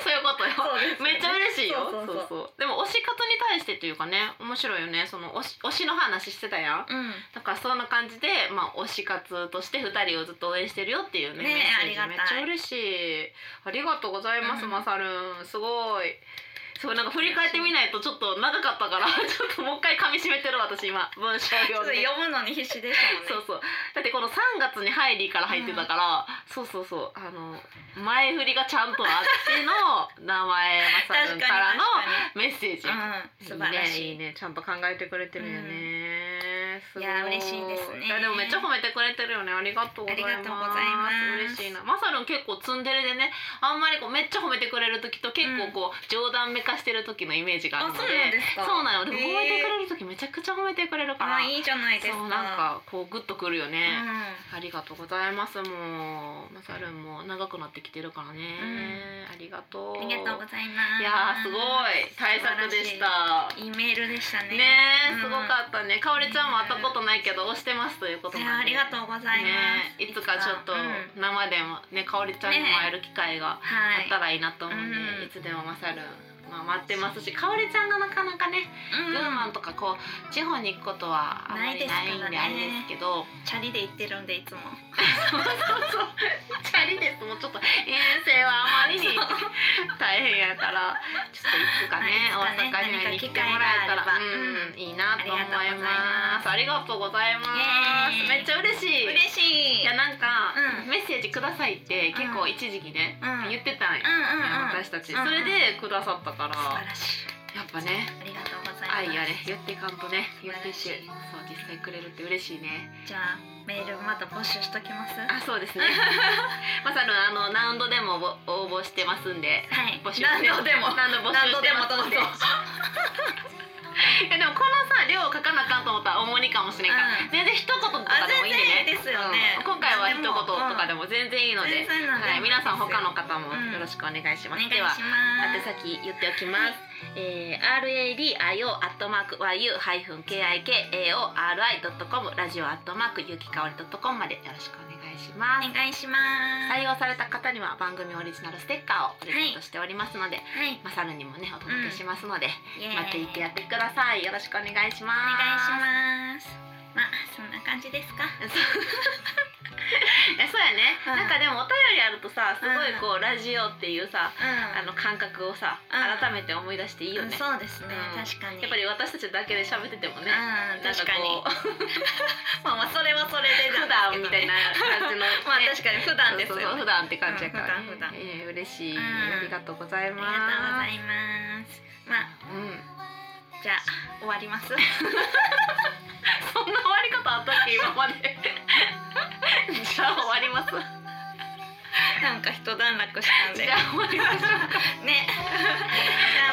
Speaker 1: そういうことよ
Speaker 2: そうですね
Speaker 1: めっちゃ嬉しいよ
Speaker 2: そうそうそう
Speaker 1: そうそうでも推し活に対してというかね面白いよねその推し推しの話してたやん
Speaker 2: うん
Speaker 1: だからそんな感じで、まあ、推し活として二人をずっと応援してるよっていうね
Speaker 2: ね
Speaker 1: メッセージ
Speaker 2: あり
Speaker 1: めっ
Speaker 2: が
Speaker 1: ち
Speaker 2: た
Speaker 1: ゃ
Speaker 2: い
Speaker 1: 嬉しいありがとうございます、
Speaker 2: うん
Speaker 1: マサルンすごいそうなんか振り返ってみないとちょっと長かったから ちょっともう一回噛み締めてる私今文章
Speaker 2: ちょっ
Speaker 1: 量
Speaker 2: と
Speaker 1: で
Speaker 2: 読むのに必死でした
Speaker 1: そ
Speaker 2: もん
Speaker 1: う
Speaker 2: ね
Speaker 1: そうだってこの3月に入りから入ってたから、そうそうそうあの前振りがちゃんとあっての名前マサ
Speaker 2: 確
Speaker 1: ル
Speaker 2: か
Speaker 1: ン
Speaker 2: に
Speaker 1: からの
Speaker 2: 確
Speaker 1: メッセージ、
Speaker 2: かに、うん、素晴らしい
Speaker 1: いいねいいねちゃんと考えてくれてるよね、すご
Speaker 2: いや嬉しいですね
Speaker 1: いやでもめっちゃ褒めてくれてるよねありがとうございます
Speaker 2: ありがとうございます
Speaker 1: 嬉しいなマサルン結構ツンデレでねあんまりこうめっちゃ褒めてくれる時と結構こう、冗談めかしてる時のイメージがある
Speaker 2: あ
Speaker 1: ので
Speaker 2: そうなんですか
Speaker 1: そうなのでも褒めてく
Speaker 2: る
Speaker 1: れる時めちゃくちゃ褒めてくれるか、
Speaker 2: からあいいじゃないですか
Speaker 1: そうなんかこうグッとくるよ
Speaker 2: う
Speaker 1: ね、
Speaker 2: ん
Speaker 1: ありがとうございますもうマサルンも長くなってきてるからね、ありがとう
Speaker 2: ありがとうございます
Speaker 1: いやーすごい対策でした
Speaker 2: いいメールでしたね
Speaker 1: ねえ、
Speaker 2: うん
Speaker 1: すごかったね。かおりちゃんも会ったことないけど、推してますということ
Speaker 2: いや
Speaker 1: なん
Speaker 2: あ
Speaker 1: で。
Speaker 2: りがとうございます、
Speaker 1: ねえいつかちょっと
Speaker 2: うん
Speaker 1: 生でもね、かおりちゃんにも会える機会が
Speaker 2: は
Speaker 1: あ
Speaker 2: い
Speaker 1: ったらいいなと思うんで、
Speaker 2: うん
Speaker 1: いつでもまさる。まあ、待ってますし、かおりちゃんがなかなかね、
Speaker 2: う
Speaker 1: 群
Speaker 2: ん
Speaker 1: 馬とかこう地方に行くことはあまりないんで
Speaker 2: ないですから
Speaker 1: あれ
Speaker 2: ね
Speaker 1: ですけど、
Speaker 2: チャリで行ってるんでいつも
Speaker 1: チャリですもうちょっと遠征はあまりに大変やから、ちょっといつかね、
Speaker 2: はいいつかね
Speaker 1: 大阪に来てもらえたら、
Speaker 2: 何か機会があれば
Speaker 1: うん、いいなと思います。あ
Speaker 2: あ
Speaker 1: りがとうございま
Speaker 2: イ
Speaker 1: す。
Speaker 2: エーイ
Speaker 1: めっちゃ嬉し
Speaker 2: 嬉しい
Speaker 1: い。いやなんか、
Speaker 2: うん
Speaker 1: メッセージくださいって結構一時期ね、
Speaker 2: うん
Speaker 1: 言ってたんよ、
Speaker 2: うんうんうん
Speaker 1: 私たち、
Speaker 2: うんうん
Speaker 1: それでくださったから、
Speaker 2: 素晴らしい
Speaker 1: やっぱね
Speaker 2: ありがとうございます
Speaker 1: 愛やね言っていかんとね言ってし
Speaker 2: 素
Speaker 1: そう
Speaker 2: 晴らしい
Speaker 1: 実際くれるって嬉しいね
Speaker 2: じゃあメールまた募集しときますは
Speaker 1: あそ うですねまさるあの何度でも応募してますんで
Speaker 2: い
Speaker 1: 募集
Speaker 2: 何度でも
Speaker 1: 何度募集
Speaker 2: 何
Speaker 1: し
Speaker 2: 度
Speaker 1: て
Speaker 2: で
Speaker 1: ま
Speaker 2: も
Speaker 1: す
Speaker 2: どうぞ
Speaker 1: いやでもこのさ量書かなあかんと思ったら重荷かもしれんから、
Speaker 2: うん
Speaker 1: 全然一言とかでもいい
Speaker 2: あ全然いい
Speaker 1: んでね
Speaker 2: ですよね
Speaker 1: うん今回は一言とかでも全然いいので、
Speaker 2: 全然なんでも
Speaker 1: はい、皆さ
Speaker 2: い
Speaker 1: ん
Speaker 2: いです
Speaker 1: 他
Speaker 2: よ
Speaker 1: の方も
Speaker 2: うん
Speaker 1: よろしくお願いし
Speaker 2: お
Speaker 1: ます、
Speaker 2: 願いし
Speaker 1: では
Speaker 2: ます
Speaker 1: 宛先言っておきます。えー、RADIO アットマーク YU-KIKAORI.com ラジオアットマークゆきかおり .com までよろしくお願いします。
Speaker 2: お願いします
Speaker 1: 採用された方には番組オリジナルステッカーをプレゼントしておりますので、
Speaker 2: はい
Speaker 1: まさるにもねお届けしますので、
Speaker 2: イエーイ
Speaker 1: 待っていてやってください。よろしくお願いし
Speaker 2: お願いし
Speaker 1: ま
Speaker 2: ま
Speaker 1: す。
Speaker 2: すまあそんな感じですか
Speaker 1: いやそうやね、
Speaker 2: うん
Speaker 1: なんかでもお便りあるとさすごいこう、ラジオっていうさあ
Speaker 2: う
Speaker 1: の感覚をさ、
Speaker 2: うん
Speaker 1: 改めて思い出していいよ
Speaker 2: ん
Speaker 1: ね、
Speaker 2: そうですね
Speaker 1: うん
Speaker 2: 確かに
Speaker 1: やっぱり私たちだけで喋っててもね、
Speaker 2: うん
Speaker 1: なん
Speaker 2: 確かに
Speaker 1: こう
Speaker 2: まあまあそれはそれで
Speaker 1: 普
Speaker 2: な
Speaker 1: 段
Speaker 2: んですけどね
Speaker 1: みたいな感じ の、
Speaker 2: まあ確かに普段ですよ
Speaker 1: そう
Speaker 2: ね
Speaker 1: そう普段って感じやから、ね
Speaker 2: うん普段普段
Speaker 1: えー嬉しい、
Speaker 2: うん
Speaker 1: ありがとうござい
Speaker 2: ありがとうござい
Speaker 1: ます
Speaker 2: ます。まあ、
Speaker 1: うん
Speaker 2: じゃあ、終わります。
Speaker 1: そんな 終わり方あったっけ今 までじゃあ終わります
Speaker 2: なんか一段落したんで。
Speaker 1: じゃあ終わりましょう
Speaker 2: ね。じゃ